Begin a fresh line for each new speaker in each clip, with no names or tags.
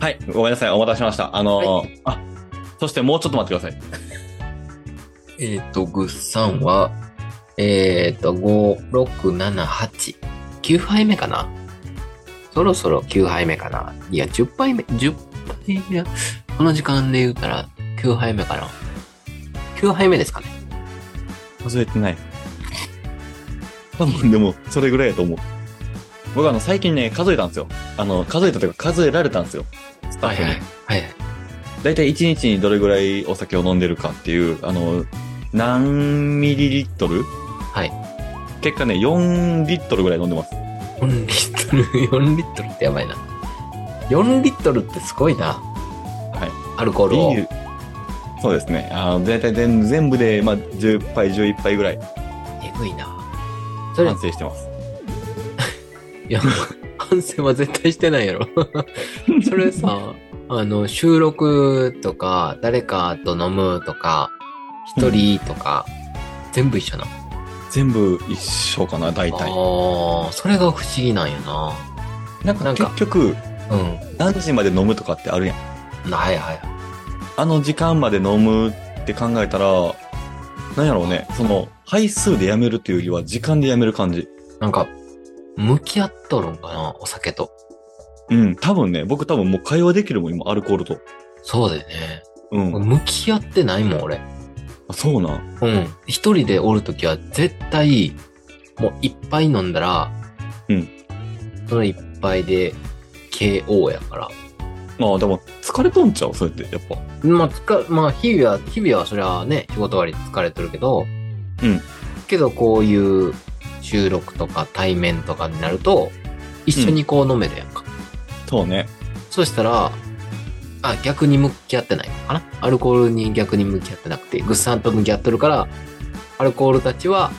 はい、ごめんなさい、お待たせしました。あのー
は
あ、そしてもうちょっと待ってください。
えっ、と、ぐっさんは、えっ、と、5、6、7、8。9杯目かなそろそろ9杯目かないや、10杯目、10杯目はこの時間で言うたら9杯目かな ?9 杯目ですかね
忘れてない。多分でも、それぐらいやと思う。僕あの、最近ね、数えたんですよ。あの、数えたというか、数えられたんですよ。スタッフに。
はいはい。
だいたい1日にどれぐらいお酒を飲んでるかっていう、あの、何ミリリットル
はい。
結果ね、4リットルぐらい飲んでます。
4リットル、4リット ルってやばいな。4リットルってすごいな。
はい。
アルコールを。
ビールそうですね。あの、だいたい全全部で、まあ、10杯、11杯ぐらい
えぐいな。それ
完、成してます。
いや、反省は絶対してないやろ。 それさ、あの、収録とか、誰かと飲むとか、一人とか、全部一緒な。
全部一緒かな、大体。
ああ、それが不思議なんやな。
なんか
なんか
結局、
うん。
何時まで飲むとかってあるやん。
はいはい。
あの時間まで飲むって考えたら、なんやろうね、その、配数でやめるというよりは、時間でやめる感じ。
なんか、向き合っとるんかな、お酒と。
うん、多分ね、僕多分もう会話できるもん、今、アルコールと。
そうだよね。
うん。
向き合ってないもん、俺。
あそうなん。
うん。一人でおるときは絶対、もう一杯飲んだら、
うん。
その一杯で KO やから。
まあ、でも、疲れとんちゃうそうやって、やっぱ。
まあ、つか、まあ、日々は、日々はそれはね、仕事終わりで疲れてるけど、
うん。
けど、こういう収録とか対面とかになると、一緒にこう飲めるやんか。
そうね。
そしたら、あ、逆に向き合ってないのかなアルコールに逆に向き合ってなくて、ぐっさんと向き合ってるから、アルコールたちは、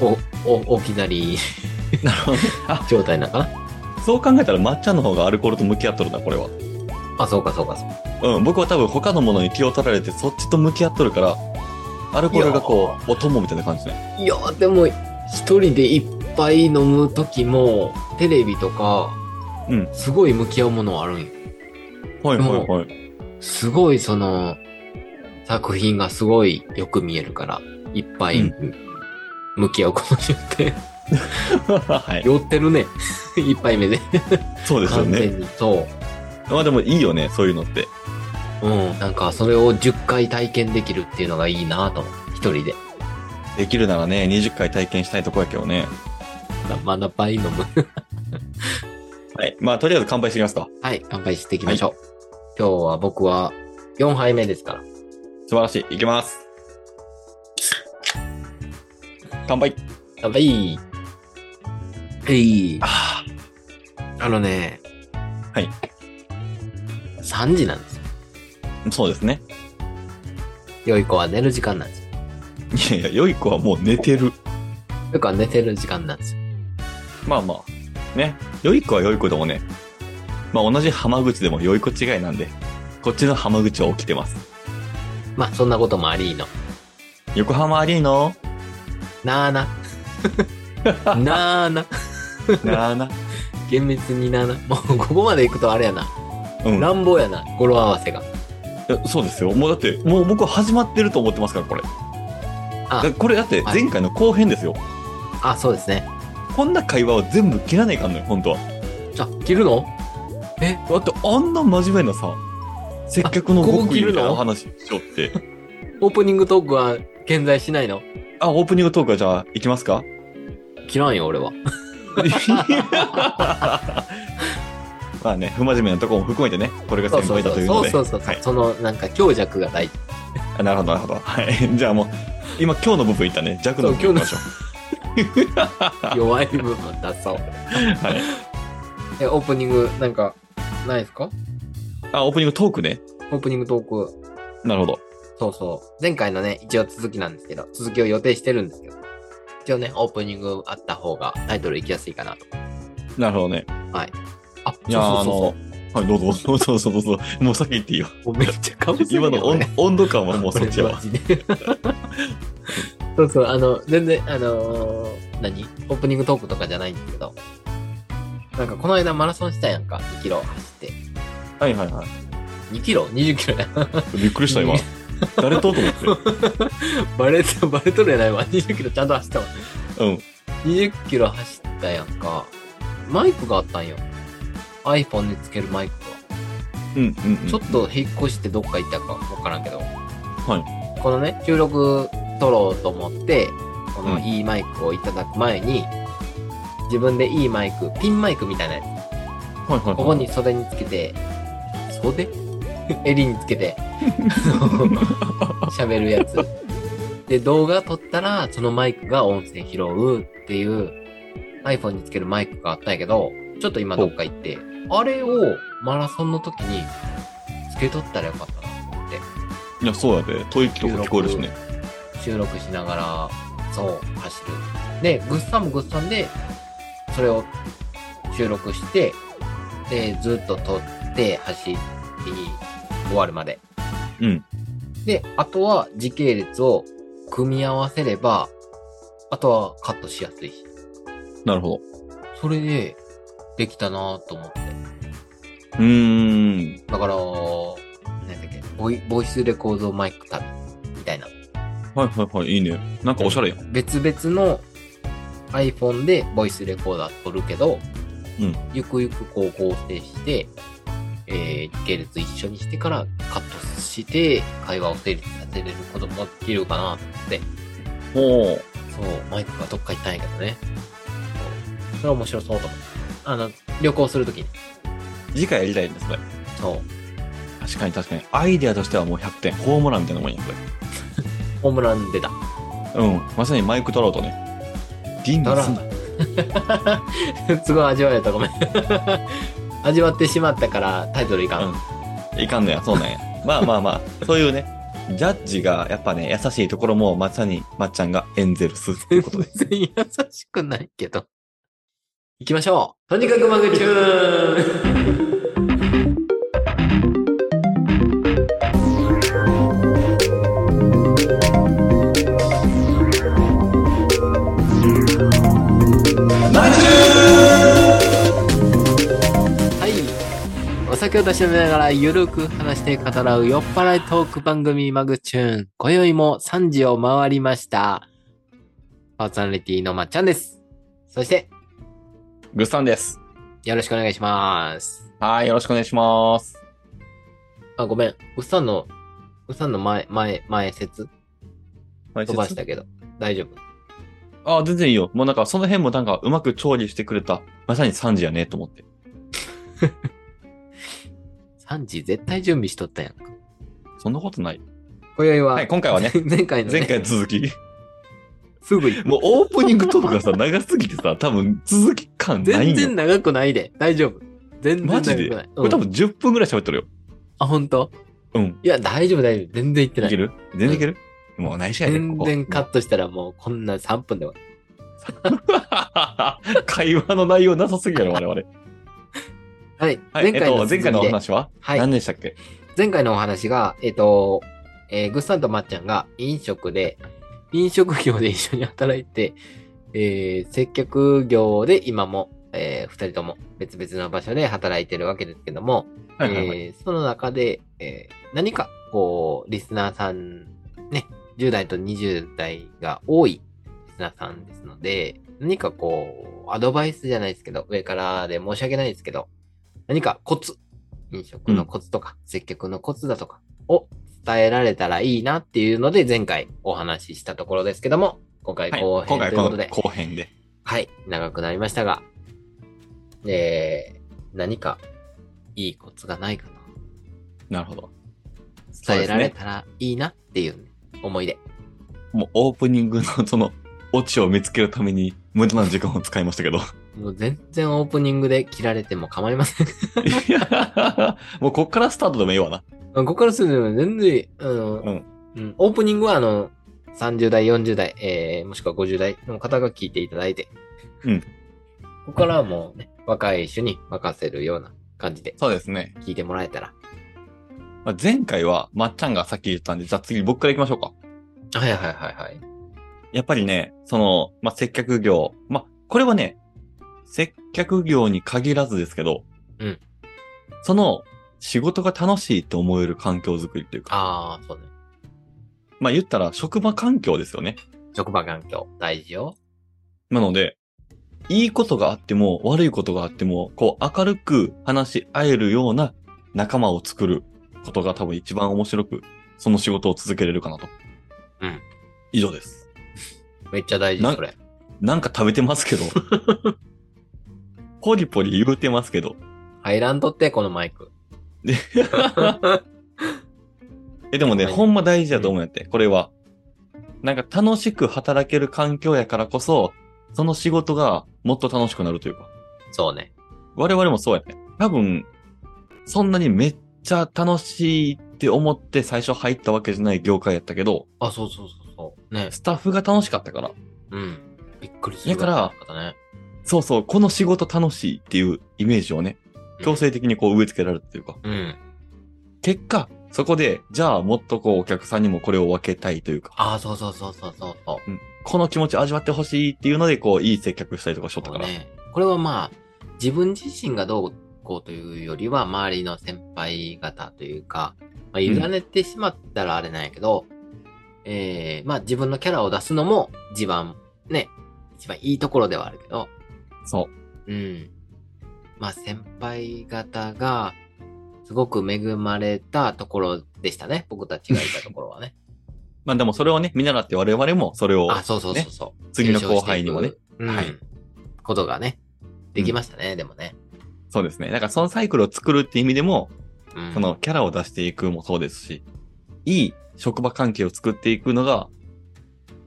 お、お、おきなり
なるほどね。あ、
状態なのかな
そう考えたら、抹茶の方がアルコールと向き合っとるな、これは。
あ、そうかそうかそうか。
うん、僕は多分他のものに気を取られて、そっちと向き合っとるから、アルコールがこう、お供みたいな感じね。
いや、でも、一人で一杯飲む時も、テレビとか、
うん
すごい向き合うものはあるんよ。
はいはいはい。
すごいその、作品がすごいよく見えるから、いっぱい、
う
向き合うことによって、
はい。
酔ってるね。 一杯目で。
そうですよ
完
ね。
全に。そう。
まあでもいいよね、そういうのって。
うん。なんか、それを10回体験できるっていうのがいいなと思う。一人 で。
できるならね、20回体験したいとこやけどね。
まだ倍飲む。
はい。まあ、とりあえず乾杯してきますか。
はい。乾杯していきましょう。今日は僕は4杯目ですから。
素晴らしい。いきます。乾杯。
乾杯えい。
あ
あのね。
はい。
3時なんですよ。
あ、そうですね。
良い子は寝る時間なんですよ。
いやいや、良い子はもう寝てる。
良い子は寝てる時間なんですよ。
まあまあ。ね。良い子は良い子でもね。まあ同じ浜口でも良い子違いなんで、こっちの浜口は起きてます。
まあ、そんなこともありの。
横浜アリーノ
なー な。なーな。
なあな。
厳密になーな。もう、ここまで行くとあれやな。
うん。
乱暴やな。語呂合わせが。
いやそうですよ。もうだって、もう僕は始まってると思ってますから、これ。
あ
だこれだって前回の後編ですよ。
あ、そうですね。
こんな会話を全部切らないかんのよ、本当は。
あ、切るの
だってあんな真面目なさ、接客の
あここ
極
切
意
るの
みたいなお話しようって。
オープニングトークは健在しないの
あ、オープニングトークはじゃあ行きます か
切らんよ、俺は。
まあね、不真面目なとこも含めてね、これが先輩だというの
そう
で。
そうそう。
はい
その、なんか強弱が大事。
あなるほど、なるほど。はい。 じゃあもう、今今日の部分いったね、弱の部分行きましょう。
弱い部分だ そう。
はい。
え、オープニング、なんか、ないですか
あ、オープニングトークね。
オープニングトーク。
なるほど。
そうそう。前回のね、一応続きなんですけど、続きを予定してるんですけど。一応ね、オープニングあった方がタイトルいきやすいかなと。
なるほどね。
はい。あ、そう
いやー
そうそう
あの、はい、どうぞ、 どうぞ、どうぞ、どうぞ。もう先言っていいよ。
そう。めっちゃかぶせる
今
よ
の
俺
温温度感はもうそっちやわ。
俺マジで そうそう、あの、全然、あのー何オープニングトークとかじゃないんですけど、なんかこの間マラソンしたやんか、2キロ走って。
はいはいは
2キロ ?20 キロや。
い。びっくりした、今
うん。
誰とと思 って。
バレた、バレとるやないわ。20キロちゃんと走ったわ。
うん。
20キロ走ったやんか。マイクがあったんよ。iPhone につけるマイクが。
うんうん、うん。
ちょっと引っ越してどっか行ったかわからんけど。。
はい
このね、収録撮ろうと思って、こ
う
の
ん
いいマイクをいただく前に、自分でいいマイク、ピンマイクみたいなやつ、
はいはいはい。
ここに袖につけて、袖襟につけて、喋るやつ。で、動画撮ったら、そのマイクが音声拾うっていう iPhone につけるマイクがあったんやけど、ちょっと今どっか行って、あれをマラソンの時につけとったらよかったなと思って、
いや、そうやで。吐息とか聞こえるしね。
収録しながら、そう、走る。で、グッサンもグッサンで、それを収録して、で、ずっと撮って走り終わるまで。
うん。
で、あとは時系列を組み合わせれば、あとはカットしやすいし。
なるほど。
それで、できたなと思って。
うーん。
だから、何だっけ、ボイボイスレコードマイク旅みたいな。
はいはいはい。いいね。なんかおしゃれやん。
別々の iPhone でボイスレコーダー撮るけど、
うん
ゆくゆくこう合成して、えー、時系列一緒にしてからカットして会話を成立させれることもできるかなと思って。
ほ
そう、マイクがどっか行ったんやけどね。そうそれは面白そうと思って。あの、旅行するときに。
う。次回やりたいんです、これ。
そう。
確かに確かに。アイデアとしてはもう100点。ホームランみたいなもんや、こ
ホームラン出た。
れ。うん。まさにマイク取ろうとね。銀にすんな。
すごい味わえた、ごめん。 味わってしまったからタイトルいかん。
うん。いかんのや、そうなんや。まあまあまあ、そういうね、ジャッジがやっぱね、優しいところもまさにまっちゃんがエンゼルスっていうことで。
全然優しくないけど。行きましょうとにかくマグチューンはいお酒を出し飲みながらゆるく話して語らう酔っ払いトーク番組マグチューン。今宵も3時を回りました。パーソナリティのまっちゃんです。そして、
グッサンです。
よろしくお願いします。
はい、よろしくお願いします。
あ、ごめん。うっさんの、うっさんの前、前、前説
飛
飛ばしたけど、大丈夫。
あ全然いいよ。もうなんか、その辺もなんか、うまく調理してくれた、まさに3時やね、と思って。
3時絶対準備しとったやんか。
そんなことない。
今宵は、、
はい、今回はね
前回の、ね、
前回の続き。
すぐ行 く
もうオープニングトークがさ、長すぎてさ、多分続き感ないん
全
よ
然。長くないで。大丈夫。全然
マ
長く
ジ
ない。
で、こ
う
れ
ん
多分10分ぐらい喋ってるよ。
あ、本当？
うん。
いや、大丈夫、大丈夫。全然行ってない
け
い。
る全然いける、もう内緒やね、
全
ここ
然カットしたらもうこんな3分で終わる。
会話の内容なさすぎやろ、我々。
はい。
はい、
前回の
えっと、前回のお話は、
はい
何でしたっけ
前回のお話が、えっ、と、えーぐっさんとまっちゃんが飲食で、飲食業で一緒に働いて、えー接客業で今も、えー二人とも別々の場所で働いてるわけですけども、
はいはいはい。
えーその中で、えー何か、こう、リスナーさん、ね、10代と20代が多いリスナーさんですので、何かこう、アドバイスじゃないですけど、上からで申し訳ないですけど、何かコツ、飲食のコツとか、接客のコツだとかを伝えられたらいいなっていうので、前回お話ししたところですけども、今回
はい
後
今
編とい
回
う
こ
こと
の
で、
後編で。
はい、長くなりましたが、えー、何かいいコツがないかな。
なるほど。そう
伝
で
え
す
られ
ね。
たらいいなっていう思い出。
もうオープニングのその、オチを見つけるために無駄な時間を使いましたけ ど。
もう全然オープニングで切られても構いません。
いや、もうこっからスタートでもいいわな。
ここからするの全然、あの、
うん
うんオープニングはあの、30代、40代、えー、もしくは50代の方が聞いていただいて。
うん
ここからはもうね、若い種に任せるような感じで
そうですね。
聞いてもらえたら。
まあ前回は、まっちゃんがさっき言ったんで、じゃあ次僕から行きましょうか。
はいはいはいはい。
やっぱりね、その、まあ、接客業。まあ、これはね、接客業に限らずですけど、
うん
その、仕事が楽しいって思える環境づくりというか、
ああ、そうね。
まあ言ったら職場環境ですよね。
職場環境、大事よ。
なので、いいことがあっても悪いことがあっても、こう明るく話し合えるような仲間を作ることが多分一番面白く、その仕事を続けれるかなと。
うん。
以上です。
めっちゃ大事、
な
それ。
なんか食べてます けど。ポリポリ言うてますけど。
入らんとって、このマ イク。
でえ、でもね、
はい
ほんま大事だと思うんやって、これは。なんか楽しく働ける環境やからこそ、その仕事がもっと楽しくなるというか。
そうね。
我々もそうやね。多分、そんなにめっちゃ楽しいって思って最初入ったわけじゃない業界やったけど、
あ、そうそうそうそう。ね。
スタッフが楽しかったから、
うん。びっくりする。
だから
ら、ね、
そうそう、この仕事楽しいっていうイメージをね、強制的にこう植え付けられたというか、
うん。
結果、そこで、じゃあもっとこうお客さんにもこれを分けたいというか、
ああ、そうそうそうそうそうそう。
この気持ち味わってほしいっていうので、こういい接客したりとかしとったか
そう
ら。
ね。これはまあ、自分自身がどうこうというよりは、周りの先輩方というか、まあ、委ねてしまったらあれなんやけど、えーまあ自分のキャラを出すのも一番ね、一番いいところではあるけど、
そう。
うん。まあ先輩方が、すごく恵まれたところでしたね。僕たちがいたところはね。
まあでもそれをね、見習って我々も それを
あ、そうそうそうそう。
次の後輩にもね、
うん。
はい
ことがね、できましたね、でもね。
そうですね。だからそのサイクルを作るっていう意味でも、
うん
そのキャラを出していくもそうですし、いい職場関係を作っていくのが、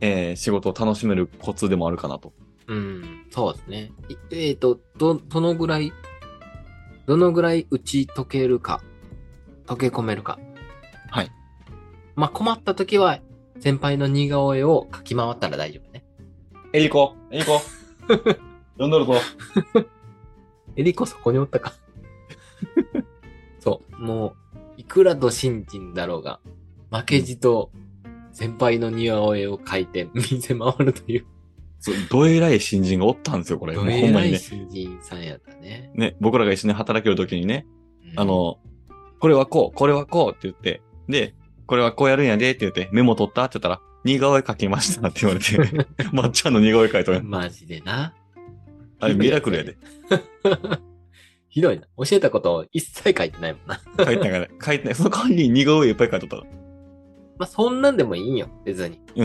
えー仕事を楽しめるコツでもあるかなと。
うん、そうですね。いえっ、と、ど、どのぐらい、どのぐらい打ち解けるか、溶け込めるか。
はい。
まあ、困った時は、先輩の似顔絵を描き回ったら大丈夫ね。
エリコ、エリコ、呼んどるぞ。
えりこそこにおっ たか。そう。もう、いくらと新人だろうが、負けじと先輩の似顔絵を描いて見せ回るという。
そうどえらい新人がおったんですよ、これ。もう
ど
ほ
え
ん
ら
まに
い
ね。
新人さんやったね。
ね、僕らが一緒に働けるときにね、
うん
あ、の、これはこう、これはこうって言って、で、これはこうやるんやでって言って、メモ取ったって言ったら、似顔絵描きましたって言われて、 まっちゃんの似顔絵描いたの
マジでな。
あれミラクルやで。
ひどいな。教えたことを一切書いてないもんな。
描いてないから、描いてない。その間に似顔絵いっぱい描いとったら。
まあ、そんなんでもいいんよ、別に。
そ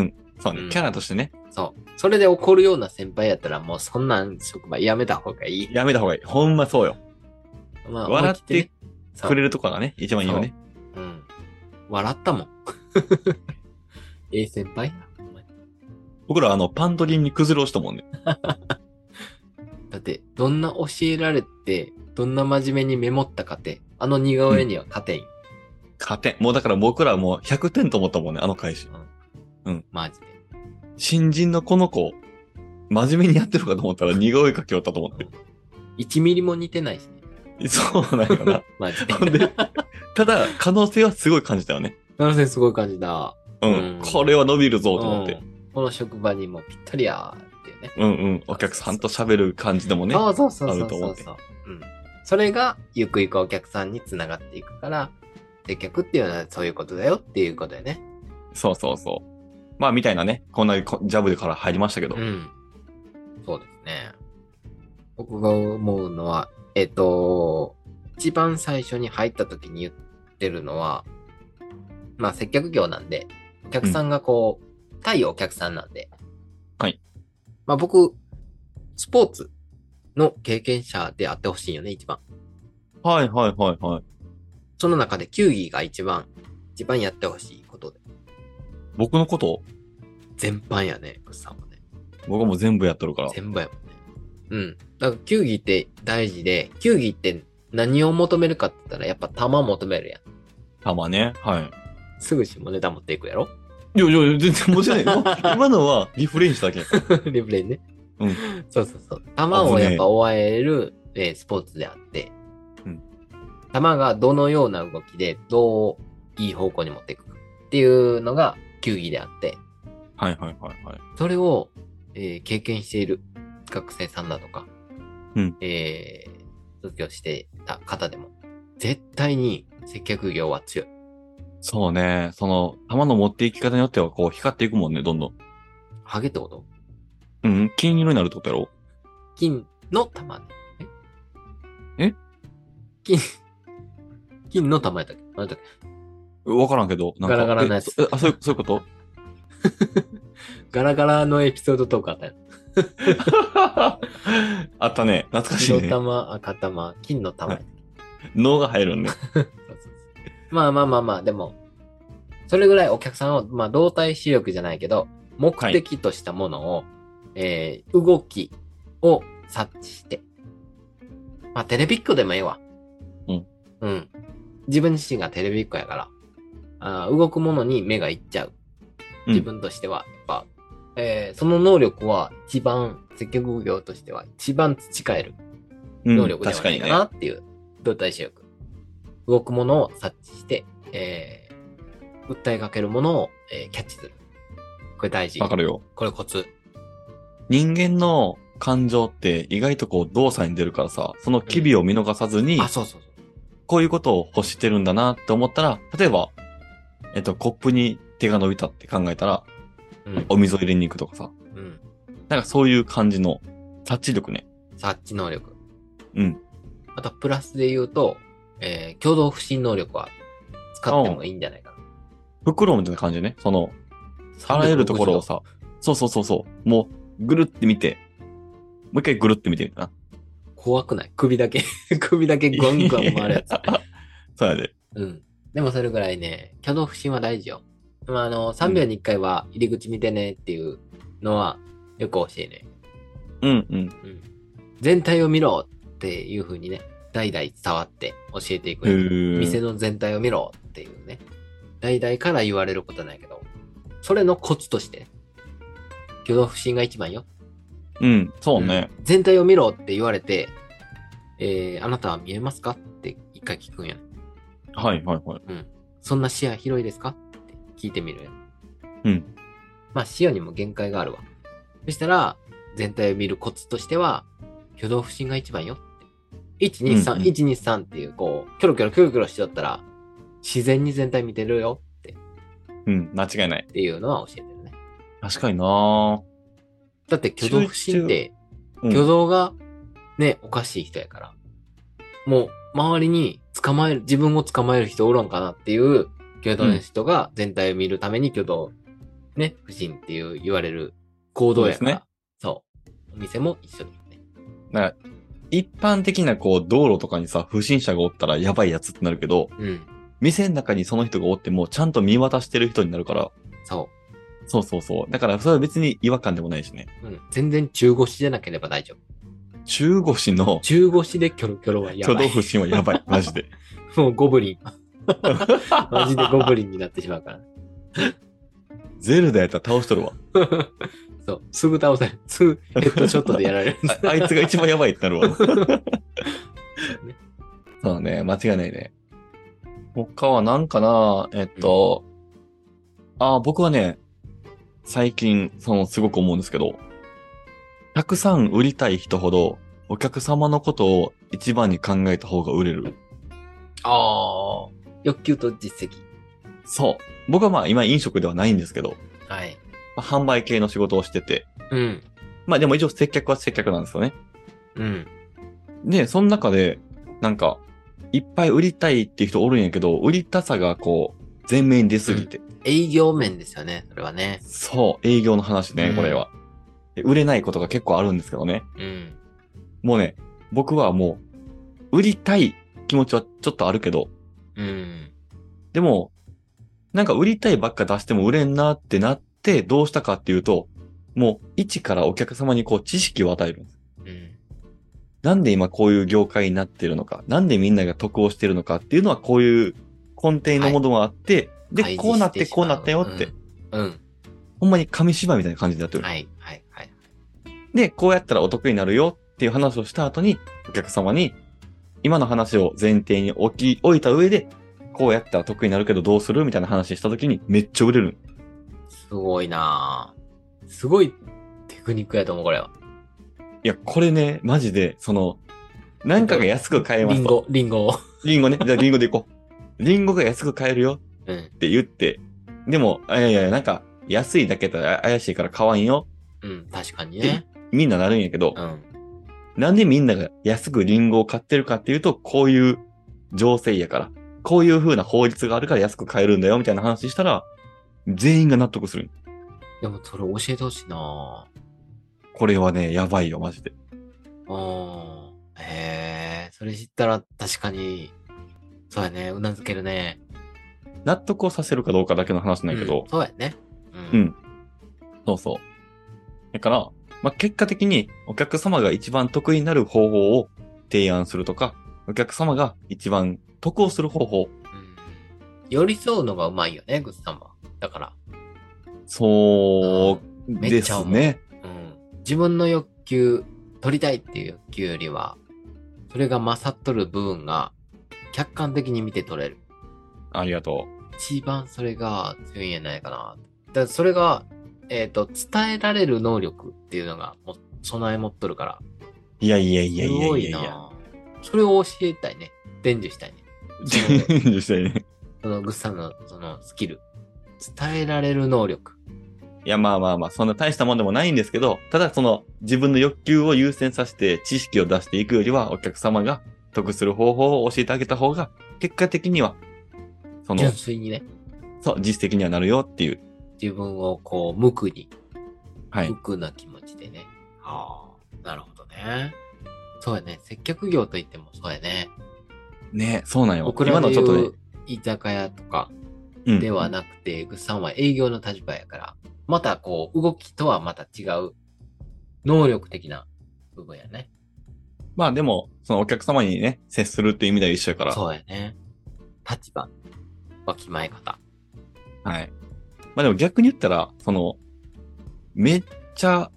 うね、
うん
キャラとしてね、
そう。それで怒るような先輩やったら、もうそんなん職場やめた方がいい。
やめた方がいい。ほんまそうよ。
まあ、
笑って
思い切ねそう
くれるとこがね、一番いいよね。
うん。笑ったもん。 ええ先輩やお前
僕らあの、パントリーに崩れ落ちたもんね。
だって、どんな教えられて、どんな真面目にメモったかって、あの似顔絵には勝てんよ。
加点。もうだから僕らもう100点と思ったもんね、あの開始。
マジで。
新人のこの子、真面目にやってるかと思ったら似顔絵描きよったと思っ
1ミリも似てないしね。
て。そうなんよな。
マジ
ほんで
で。
ただ、可能性はすごい感じたよね。
奈良んすごい感じだ。
うん。
うん
これは伸びるぞと思って
う。んこの職場にもぴったりやーっていうね。
うんうん。お客さんと喋る感じでもね。
そうそうそうそ
ある
う
と
そ
思
う
っ
そ
て
う、うん。それがゆくゆくお客さんにつながっていくから、接客っていうのはそういうことだよっていうことだよね。
そうそうそう。まあ、みたいなね。こんなこジャブでから入りましたけど。
ん。そうですね。僕が思うのは、えっ、と、一番最初に入った時に言ってるのは、まあ接客業なんで、お客さんがこう、対お客さんなんで。
はい。
まあ僕、スポーツの経験者であってほしいよね、一番。
はいはいはいはい。
その中で球技が一番、一番やってほしいことで。
僕のこと、
全般やね、グッさんはね。
僕はもう全部やっとるから。
全般やもんね。うん。だから球技って大事で、球技って何を求めるかって言ったらやっぱ球求めるやん。
たまね。はい。
すぐ下ネタ持っていくやろ
いやいやいや、全然面白い。 今のはリフレインしただけ。
リプレイね。
うん
そうそうそう。球をやっぱ追える、えースポーツであって、
うん
球がどのような動きでどういい方向に持っていくかっていうのが球技であって、
はいはいはいはい。
それを、えー経験している学生さんだとか、
うん
えー卒業してた方でも、絶対に接客業は強い。
そうね。その、玉の持っていき方によっては、こう、光っていくもんね、どんどん。
ハゲってこと
うん、金色になるってことやろ
金の玉ね。え
え
金、金の玉やったっけ何だっけ
わからんけど、なんか。
ガラガラのやつ
えそえあ、そういう、そういうこと
ガラガラのエピソードトークあったよ。
あったね。懐かしい
白
ね。
玉、赤玉、金の玉やったっけ
脳が入るんね。
そうそうそうまあまあまあまあ、でも、それぐらいお客さんを、まあ動体視力じゃないけど、目的としたものを、えー動きを察知して。まあテレビっ子でもええわ。
うん。
うん。自分自身がテレビっ子やから、あー動くものに目がいっちゃう。
うん
自分としては、やっぱ、えーその能力は一番、接客業としては一番培える。
うん
能力ではないかな
確
っていう、動体視力。動くものを察知して、えー、訴えかけるものを、えーキャッチする。これ大事
かにね。わ。かるよ。
これコツ。
人間の感情って意外とこう動作に出るからさ、その機微を見逃さずに、
あ、そうそうそう。
こういうことを欲してるんだなって思ったら、例えば、えっと、コップに手が伸びたって考えたら、
うん。
お水を入れに行くとかさ、
うん。
なんかそういう感じの察知力ね。
察知能力。
うん。
あと、プラスで言うと、えー、共同不信能力は使ってもいいんじゃないかな。
袋みたいな感じでね、その、あらゆるところを
360度。
さ、そうそうそうそう、もうぐるって見て、もう一回ぐるって見てみるな。
怖くない首だけ、 首だけガンガン回るやつ。
そうやで。
うん。でもそれぐらいね、挙動不審は大事よ。まあ、あの、3秒に1回は入り口見てねっていうのはよく教えね。
うんうん。
うん。全体を見ろっていう風にね、代々伝わって教えていく
へ
よね。
ー
店の全体を見ろっていうね。代々から言われることないけど、それのコツとしてね、挙動不審が一番よ。
うん、そうね。
全体を見ろって言われて、えー、あなたは見えますかって一回聞くんやね。
はいはいはい。
そんな視野広いですかって聞いてみる。
うん。
まあ視野にも限界があるわ。そしたら、全体を見るコツとしては、挙動不審が一番よって。1、2、3、
うんうん
1、2、3っていう、こう、キョロキョロキョロキョロしちゃったら、自然に全体見てるよって
うん、間違いない。
っていうのは教えてるね。
確かになぁ。
だって挙動不審って、
うん
挙動がね、おかしい人やから。もう、周りに捕まえる、自分を捕まえる人おらんかなっていう挙動の人が全体を見るために挙動、ね、不審っていう言われる行動やから。
そうですね
そう。お店も一緒ですね。
だから一般的なこう道路とかにさ、不審者がおったらやばいやつってなるけど、
うん。
店の中にその人がおってもちゃんと見渡してる人になるから、
そ
そうそうそう。だからそれは別に違和感でもないしね。
う。うん。全然中腰じゃなければ大丈夫。
中腰の
中腰でキョロキョロはや
挙
ば
動
い。
不審はやば い。マジで。
もうゴブリン。 マジでゴブリンになってしまうから。
ゼルダやったら倒しとるわ。
そう。すぐ倒せる。すぐヘッドショットでやられる。
ああいつが一番やばいってなるわ。そう
ね
だね。間違いないね。他は何かなえっと、あ、僕はね、最近、その、すごく思うんですけど、たくさん売りたい人ほど、お客様のことを一番に考えた方が売れる。
ああ。欲求と実績。
そう。僕はまあ今飲食ではないんですけど、
はい。
まあ販売系の仕事をしてて、
うん。
まあでも一応接客は接客なんですよね。
うん。
で、その中で、なんか、いっぱい売りたいっていう人おるんやけど、売りたさがこう、前面に出すぎて。
営業面ですよね、それはね。
そう、営業の話
う
ね
ん、
これは、で売れないことが結構あるんですけどね。
うん。
もうね、僕はもう、売りたい気持ちはちょっとあるけど、
うん。
でも、なんか売りたいばっか出しても売れんなってなって、どうしたかっていうと、もう、一からお客様にこう、知識を与えるんです。
うん。
なんで今こういう業界になってるのか、なんでみんなが得をしてるのかっていうのはこういう根底のものがあって、で、
開示
こうなって
してしま
こ
う
うなったよって、。
うん。
ほんまに紙芝居みたいな感じになって
う
る
ん、。はい、はい、はい。
で、こうやったらお得になるよっていう話をした後に、お客様に、今の話を前提に置き、置いた上で、こうやったら得になるけどどうするみたいな話した時にめっちゃ売れる。
すごいなぁすごいテクニックやと思う、これは。
いや、これね、マジで、その、なんかが安く買えます
リン
と。
ゴ、リンゴを。
リンゴね。じゃあリンゴでいこう。リンゴが安く買えるよ
うん
っ。て言って、でも、いやいや、なんか、安いだけだ怪しいから買わんよ。
うん。確かにね。
みんななるんやけど
う、ん。
なんでみんなが安くリンゴを買ってるかっていうと、こういう情勢やから、こういう風な法律があるから安く買えるんだよ、みたいな話したら、全員が納得する。
でもそれ教えてほしいな
これはね、やばいよ、マジで。
うん。へえ、それ知ったら確かに、そうやね。うなずけるね。
納得をさせるかどうかだけの話なんやけど
うん、そうやね。
うん。そうそう。だから、まあ、結果的にお客様が一番得になる方法を提案するとか、お客様が一番得をする方法。
うん寄り添うのがうまいよね、グッさんは。だから、
そううん
めっ
で
ちゃ
す
思う
ね。
うん、自分の欲求、取りたいっていう欲求よりは、それが勝っとる部分が客観的に見て取れる。
ありがと
一番それが強いんやないかな。だからそれが、えっ、と、伝えられる能力っていうのがも備え持っとるから、
う。いやいやいや
す
いや
ご
い
い
やい
な
や。
それを教えたいね。伝授したいね。
実際ね。
そのグッさんのそのスキル。伝えられる能力。
いや、まあまあまあ、そんな大したもんでもないんですけど、ただその自分の欲求を優先させて知識を出していくよりは、お客様が得する方法を教えてあげた方が、結果的には、その
純、粋にね、
そう、実績にはなるよっていう。
自分をこう、無垢に
はい。
服な気持ちでね。ああ、なるほどね。そうやね。接客業といってもそうやね。
ね、そうなんよ。
僕ら
今
の
の
ち
ち
ょ
ょっ
っと
とね、
居酒屋とか
うん
ではなくて、グッさんは営業の立場やから、またこう、動きとはまた違う、能力的な部分やね。
まあでも、そのお客様にね、接するっていう意味では一緒やから。
そうやね。立場、わきまえ方。
はい。まあでも逆に言ったら、その、めっちゃ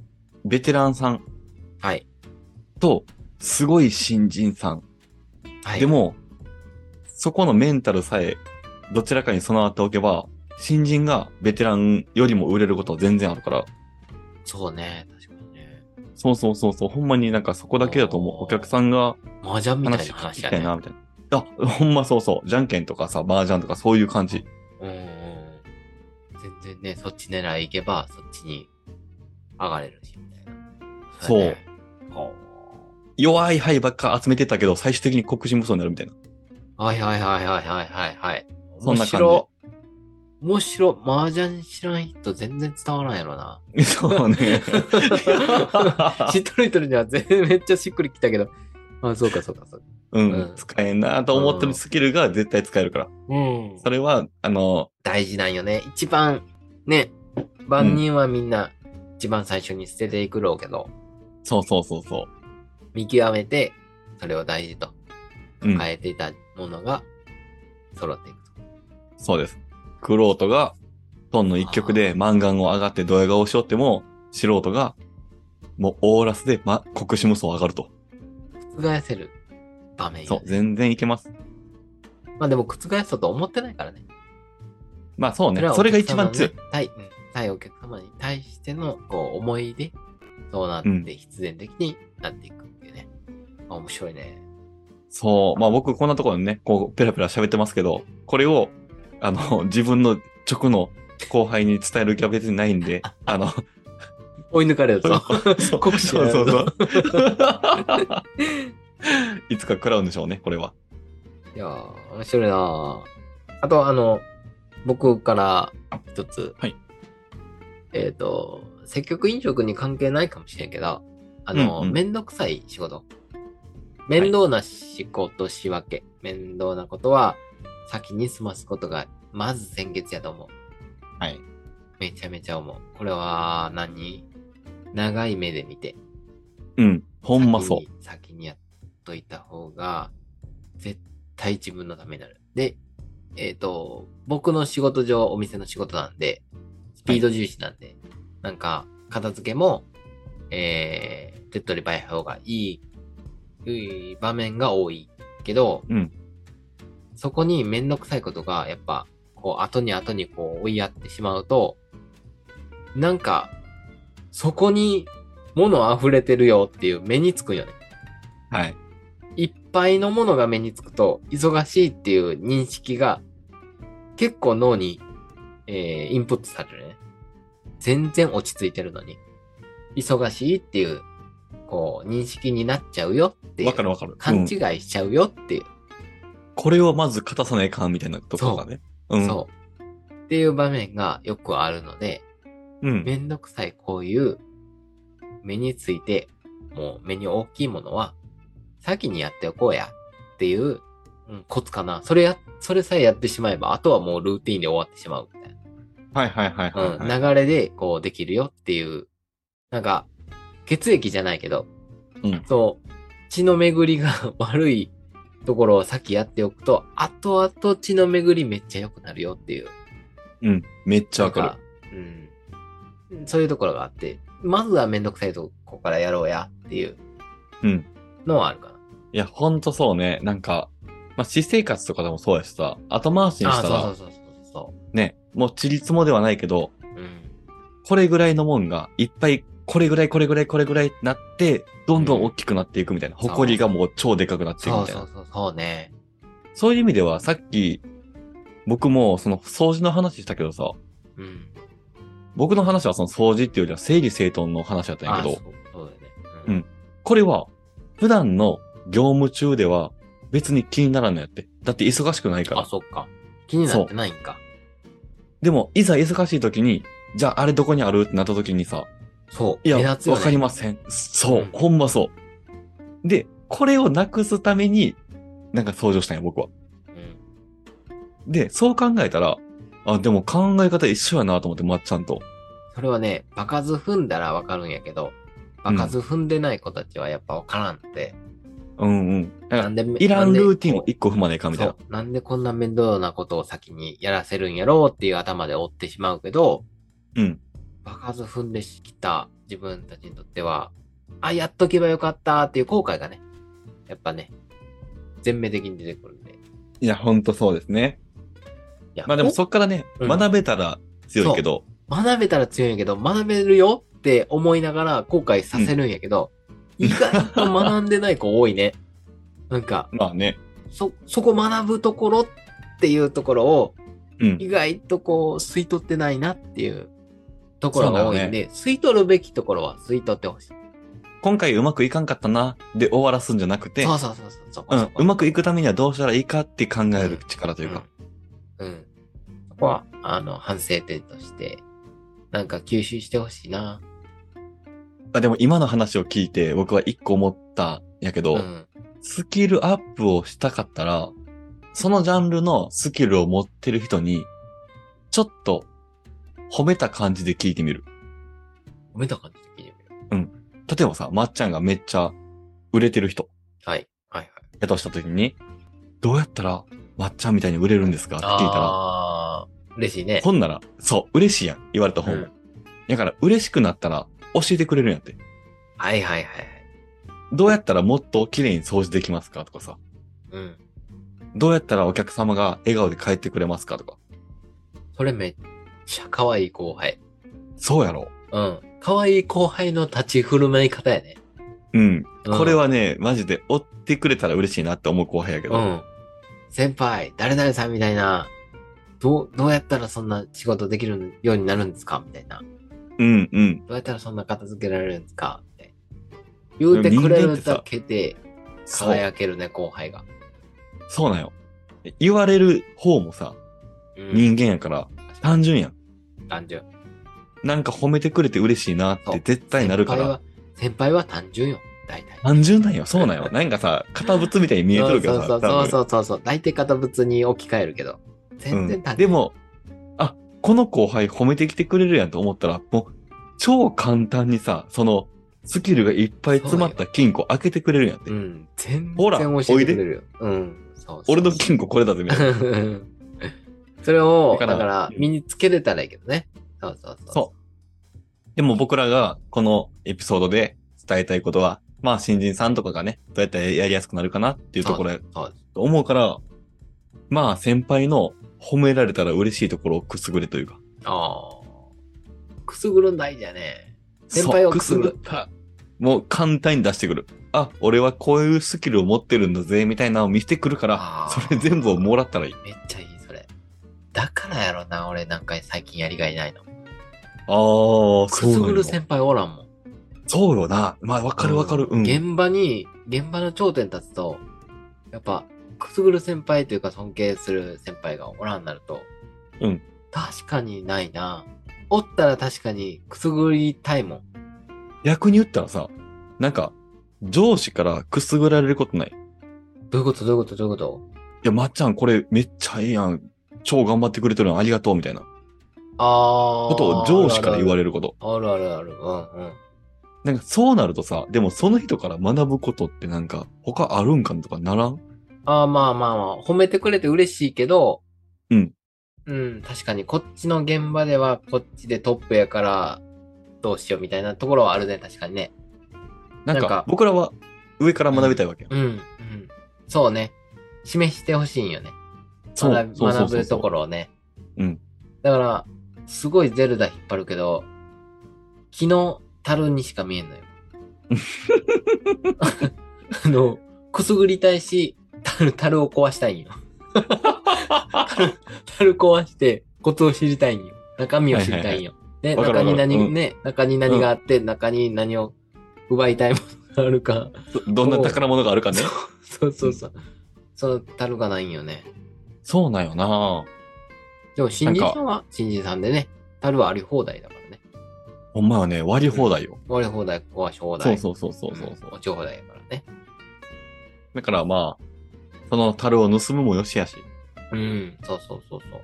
ベテランさん
はい。
と、すごい新人さん。
はい。
で、も、そこのメンタルさえ、どちらかに備わっておけば、新人がベテランよりも売れることは全然あるから、
そうね。確かにね。
そうそうそうそう、ほんまになんかそこだけだと思う。
おー
お客さんが
麻雀みたい
話
な
聞き
話
た
や
いな、
ね。
みたいな。あ、ほんまそうそう。じゃんけんとかさ、麻雀とかそういう感じ。
うんうんうん。全然ね、そっち狙い行けば、そっちに上がれるし、みたいな。
そう
やね。ほ
弱い牌ばっか集めてたけど、最終的に黒人無双になるみたいな。
うはいはいはいはいはいはいはい。
そんな感じ
面白。面白。麻雀知らん人全然伝わらんや ろな。
そう ね。
知っとる人には全然めっちゃしっくりきたけど。あ、そうかそうかそうか。
うん、
うん
使えんなと思ってるスキルが絶対使えるから。
うん
それは、あの、
大事なんよね。一番、ね、万人はみんな一番最初に捨てていくろうけど、
そうそうそうそ
見極めて、それを大事と。
う。うん。
変えていたものが揃っていくと。
そうです。クロートが、トンの一曲でマンガンを上がってドヤ顔しよっても、素人が、もうオーラスで、ま、国士無双上がると。
覆せる場面、ね、
そう、全然いけます。
まあでも覆そうと思ってないからね。
まあそうね。
はお
それが
客
一
様
番
のね
強い。。
対、うん対お客様に対してのこう思いで、そうなって必然的になっていくっていうね。あ面白いね。
そう。まあ僕こんなところでね、こう、ペラペラ喋ってますけど、これを、あの、自分の直の後輩に伝える気は別にないんで、あの、
追い抜かれると。
そう
酷使
そう
や
そ
る
うそ
ぞ
う。 いつか食らうんでしょうね、これは。
いやー、面白いなーあと、あの、僕から一つ。
はい
えっ、と、積極飲食に関係ないかもしれんけど、あの、
うんうん
めんどくさい仕事。面倒な仕事仕分け。面倒なことは、先に済ますことが、まず先決やと思う。
はい。
めちゃめちゃ思う。これは何、長い目で見て。
うん。ほんまそう。
先に先にやっといた方が、絶対自分のためになる。で、えっ、と、僕の仕事上、お店の仕事なんで、スピード重視なんで、なんか、片付けも、えー、手っ取り早い方がいい、いい場面が多いけど、
うん
そこにめんどくさいことが、やっぱ、こう、後に後にこう、追いやってしまうと、なんか、そこに物溢れてるよっていう目につくんよね。
はい。
一ぱいのものが目につくと、忙しいっていう認識が、結構脳に、えーインプットされるね。全然落ち着いてるのに。忙しいっていう、こう、認識になっちゃうよってい
わか
う。
るわかる。
勘違
うん。
いしちゃうよっていう。
これをまず勝たさないかんみたいなところがね。うん。
そう。っていう場面がよくあるので、
う。ん。
めんどくさいこういう目について、もう目に大きいものは先にやっておこうやっていう、うん、コツかな。それや、それさえやってしまえば、あとはもうルーティンで終わってしまうみたい
はいはいはい
な。
はい、
う
は
ん、
い
流れでこうできるよっていう、なんか血液じゃないけど、
うん
そう、血の巡りが 悪いところを先やっておくと、後々血の巡りめっちゃ良くなるよっていう。
うん。めっちゃわかる。
る。うん。そういうところがあって、まずはめんどくさいとこからやろうやっていう
うん
のはあるかな。
いや、ほんとそうね。なんか、まあ、私生活とかでもそうやしさ、後回しに
あ
し
あ、
た
そう
ら、
そうそうそうそ
ね、もうちりつもではないけど、
う。うん。
これぐらいのもんが、いっぱい、これぐらい、これぐらい、これぐらいってなって、どんどん大きくなっていくみたいな。
そう
誇りがもう超でかくなっていく
そ
み
う
たい
そ
な
う。そう、そうね。
そういう意味では、さっき、僕もその掃除の話したけどさ、
うん。
僕の話はその掃除っていうよりは整理整頓の話だったんやけ
あそう
ど、
そうだよね。
うんこれは、普段の業務中では別に気にならんのやって。だって忙しくないから
あ、。そっか。気になってないんか。
でも、いざ忙しい時に、じゃああれどこにあるってなった時にさ、
そう。
いや、
目
わ
立つよ、ね。
かりません。そう、
うん
ほんまそう。で、これをなくすために、なんか掃除をしたんや、僕は。
うん。
で、そう考えたら、あ、でも考え方一緒やなと思って、まっちゃんと。
それはね、場数踏んだらわかるんやけど、場数踏んでない子たちはやっぱわからんって。
うんうん。なん
な
か
んでめ、
いらんルーティン
なん
を
で
一個踏まないかんみたいな
そ。う。なんでこんな面倒なことを先にやらせるんやろうっていう頭で追ってしまうけど、
うん。
場数踏んできた自分たちにとっては、あ、やっとけばよかったっていう後悔がね、やっぱね、全面的に出てくるんで。い
いや、ほんとそうですね。
や
まあでも
こ
そっからね、
うん
学べたら強いけど、
学べたら強いんやけど、学べるよって思いながら後悔させるんやけど、意外と学んでない子多いね。なんか、
まあね、
そ、そこ学ぶところっていうところを、
うん。
意外とこう、吸い取ってないなっていうところが多い
そうんだ
で、吸い取るべきところは吸い取ってほしい。
今回うまくいかんかったな、で終わらすんじゃなくて、
そうそうそうそう。そこ
う
そ
ん、
こ
うまくいくためにはどうしたらいいかって考える力というか。
うん。うんそこは、あの、反省点として、なんか吸収してほしいな。
あでも今の話を聞いて僕は一個思ったんやけど、
うん。
スキルアップをしたかったら、そのジャンルのスキルを持ってる人に、ちょっと褒めた感じで聞いてみる。
褒めた感じで聞いてみる。
例えばさ、まっちゃんがめっちゃ売れてる人
はい。はいはい。
やとした時に、どうやったらまっちゃんみたいに売れるんですかって聞いたら、
あー嬉しいね。
ほんなら、そう、嬉しいやん、言われた方も。
うん
だから嬉しくなったら教えてくれるんやって。
はいはいはいはい。
どうやったらもっと綺麗に掃除できますかとかさ。
うん。
どうやったらお客様が笑顔で帰ってくれますかとか。
それめっちゃ可愛い後輩。
そうやろ。
うん。可愛い後輩の立ち振る舞い方やね。
うん。
うん
これはね、マジで追ってくれたら嬉しいなって思う後輩やけど。
うん。先輩、誰々さんみたいな、どう、どうやったらそんな仕事できるようになるんですかみたいな。ど
うん、うん。
うやったらそんな片付けられるんですかみたいな。言うてくれるだけで
そう。
輝けるね、後輩が。
そうなんよ。言われる方もさ、
うん。
人間やから、単純やん。
単純。
なんか褒めてくれて嬉しいなっ
そう
て絶対なるか
先輩
ら。
は、先輩は単純よ。大体。
単純なんよ。そうなん よ。なんかさ、堅物みたいに見えてるけどさ。
そう
多
そう
分
そうそうそう。大体片物に置き換えるけど。全然
う
単純
ん。。で、も、あ、この後輩褒めてきてくれるやんと思ったら、もう、超簡単にさ、その、スキルがいっぱい詰まった金庫開けてくれるやんって。
うん。全然
ほら
教えてくれるよ。うん。そうそうそう
俺の金庫これだぜ、みたいな。
それを、
だ
だ
か
からら、身につけれたらいいけどね。そうそうそう。
そう。でも僕らが、このエピソードで伝えたいことは、まあ、新人さんとかがね、どうやったらやりやすくなるかなっていうところや
そうです
と思うから、まあ、先輩の褒められたら嬉しいところをくすぐれというか。
ああ。くすぐるんだいじゃね。先輩を
そう
くすぐる
ったもう簡単に出してくる。あ、俺はこういうスキルを持ってるんだぜ、みたいなのを見せてくるから
あ、
そ
ー
れ全部をもらったらいい。
めっちゃいい、それ。だからやろな、俺なんか最近やりがいないの。
ああ、そ
く
うな
すぐ
んよ
る先輩おらんもん。
そうよな。まあ、わかるわかる。うん。
現場に、現場の頂点立つと、やっぱ、くすぐる先輩というか尊敬する先輩がおらんなると、
うん。
確かにないな。おったら確かにくすぐりたいもん。
逆に言ったらさ、なんか、上司からくすぐられることない。い
どういうことどういうことどういうこと
や、まっちゃんこれめっちゃええやん。超頑張ってくれてるのありがとう、みたいな
ああ。
ことを上司から言われ
れる。
ること。
あるあるある。うんうん。
なんかそうなるとさ、でもその人から学ぶことってなんか他あるんかとかならん
ああ、まあまあまあ、褒めてくれて嬉しいけど、
うん。
うん、確かにこっちの現場ではこっちでトップやから、どうしようみたいなところはあるね、確かにね。
なん
なん
か
か
僕らは上から学びたいわけやん。
うん、うん。そうね。示してほしいんよね。
そう
学び
そうそうそう
学ぶところをね。
うん。
だから、すごいゼルダ引っ張るけど、昨日、樽にしか見え んのよ。あの、くすぐりたいし、樽、樽を壊したいん よ。樽、樽壊して、コツを知りたいんよ。中身を知りたいんよ。ね、
わかる
中
わか
に
る
何、
うん
ね、中に何があって、中に何を奪いたいものがあるか。
どどんな宝物があるかね。
そうそうそう。その樽がないんよね。
そうなんよな
でも新人さんは新人さんでね、樽はあり放題だからね。
ほんまはね、割り放題よ。
割り放題、壊し放
そ
題。
うそうそうそうそう
うん落ち放題やからね。
だからまあ、その樽を盗むもよしやし、
うん、そうそうそうそう。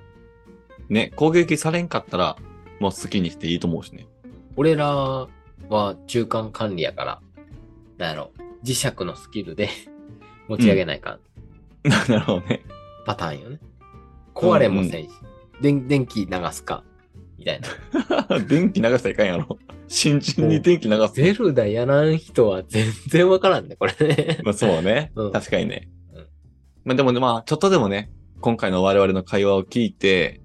ね、攻撃されんかったら、もう好きにしていいと思うしね。
俺らは中間管理やから、なんやろ、磁石のスキルで 持ち上げないかん、
なるほどね。
パターンよね。壊れもせんし、でん電気流すか、み たいな。
電気流したらいかんやろ。 新人に電気流す。
ゼルダやらん人は全然わからんね、これね。
まあ そうね。
うん
確かにね
うん。
まあでもね、まあちょっとでもね、今回の我々の会話を聞いて、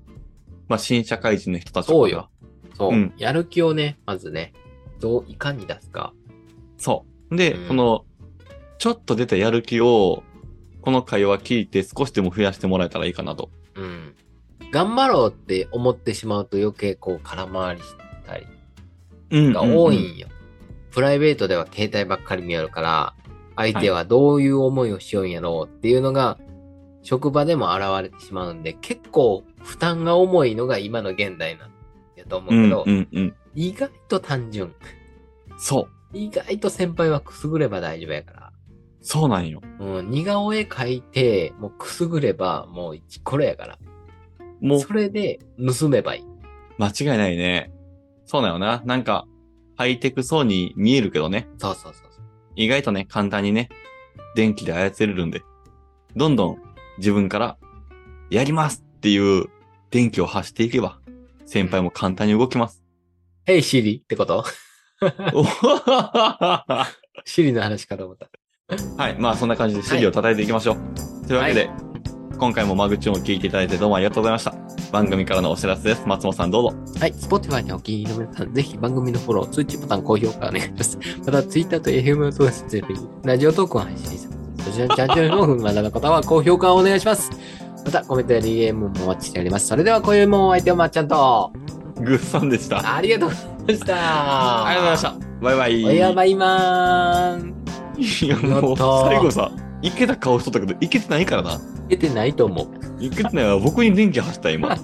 まあ新社会人の人たちとか
そうよ。。そう、
うん
やる気をね、まずね、どう、いかに出すか。
そう。で、
うん
この、ちょっと出たやる気を、この会話聞いて少しでも増やしてもらえたらいいかなと。
うん。頑張ろうって思ってしまうと余計こう空回りしたり
うん
が多い
うんうん
んよ。プライベートでは携帯ばっかり見よるから、相手はどういう思いをしようんやろうっていうのが、職場でも現れてしまうんで、結構負担が重いのが今の現代なんやと思うけど、
うんうんうん。
意外と単純。
そう。
意外と先輩はくすぐれば大丈夫やから。
そうなんよ。
うん、似顔絵描いて、もうくすぐれば、もう一これやから。
もう
それで盗めばいい。
間違いないね。そうだよな。なんか、ハイテクそうに見えるけどね。
そうそうそうそう。
意外とね、簡単にね、電気で操れるんで、どんどん自分から、やりますっていう電気を発していけば、先輩も簡単に動き ます。
ヘイシリってこと
おは
シリの話かと思った。
い。まあそんな感じで指示を叩いていきましょう。というわけで、今回も間口を聞いていただいてどうもありがとうございました。番組からのお知らせです。松本さんどうぞ。
はい。Spotify にお気に入りの皆さん、ぜひ番組のフォロー、通知ボタン、高評価お願いします。また Twitter と FM の投資でラジオトークを配信してます。そちらのチャンネルの方まだの方は高評価をお願いします。またコメントや DM もお待ちしております。それでは今宵もお相手はまっちゃんと、
グッさんでした。あ
ありがとうございました。
りがとうございました。バイバイ。
おやばいまーん。
いやも
や
う
ったー
最後さ、いけた顔しとったけど、いけてないからな。
出てないと思う。
いけてないわ。僕に電気走った、今。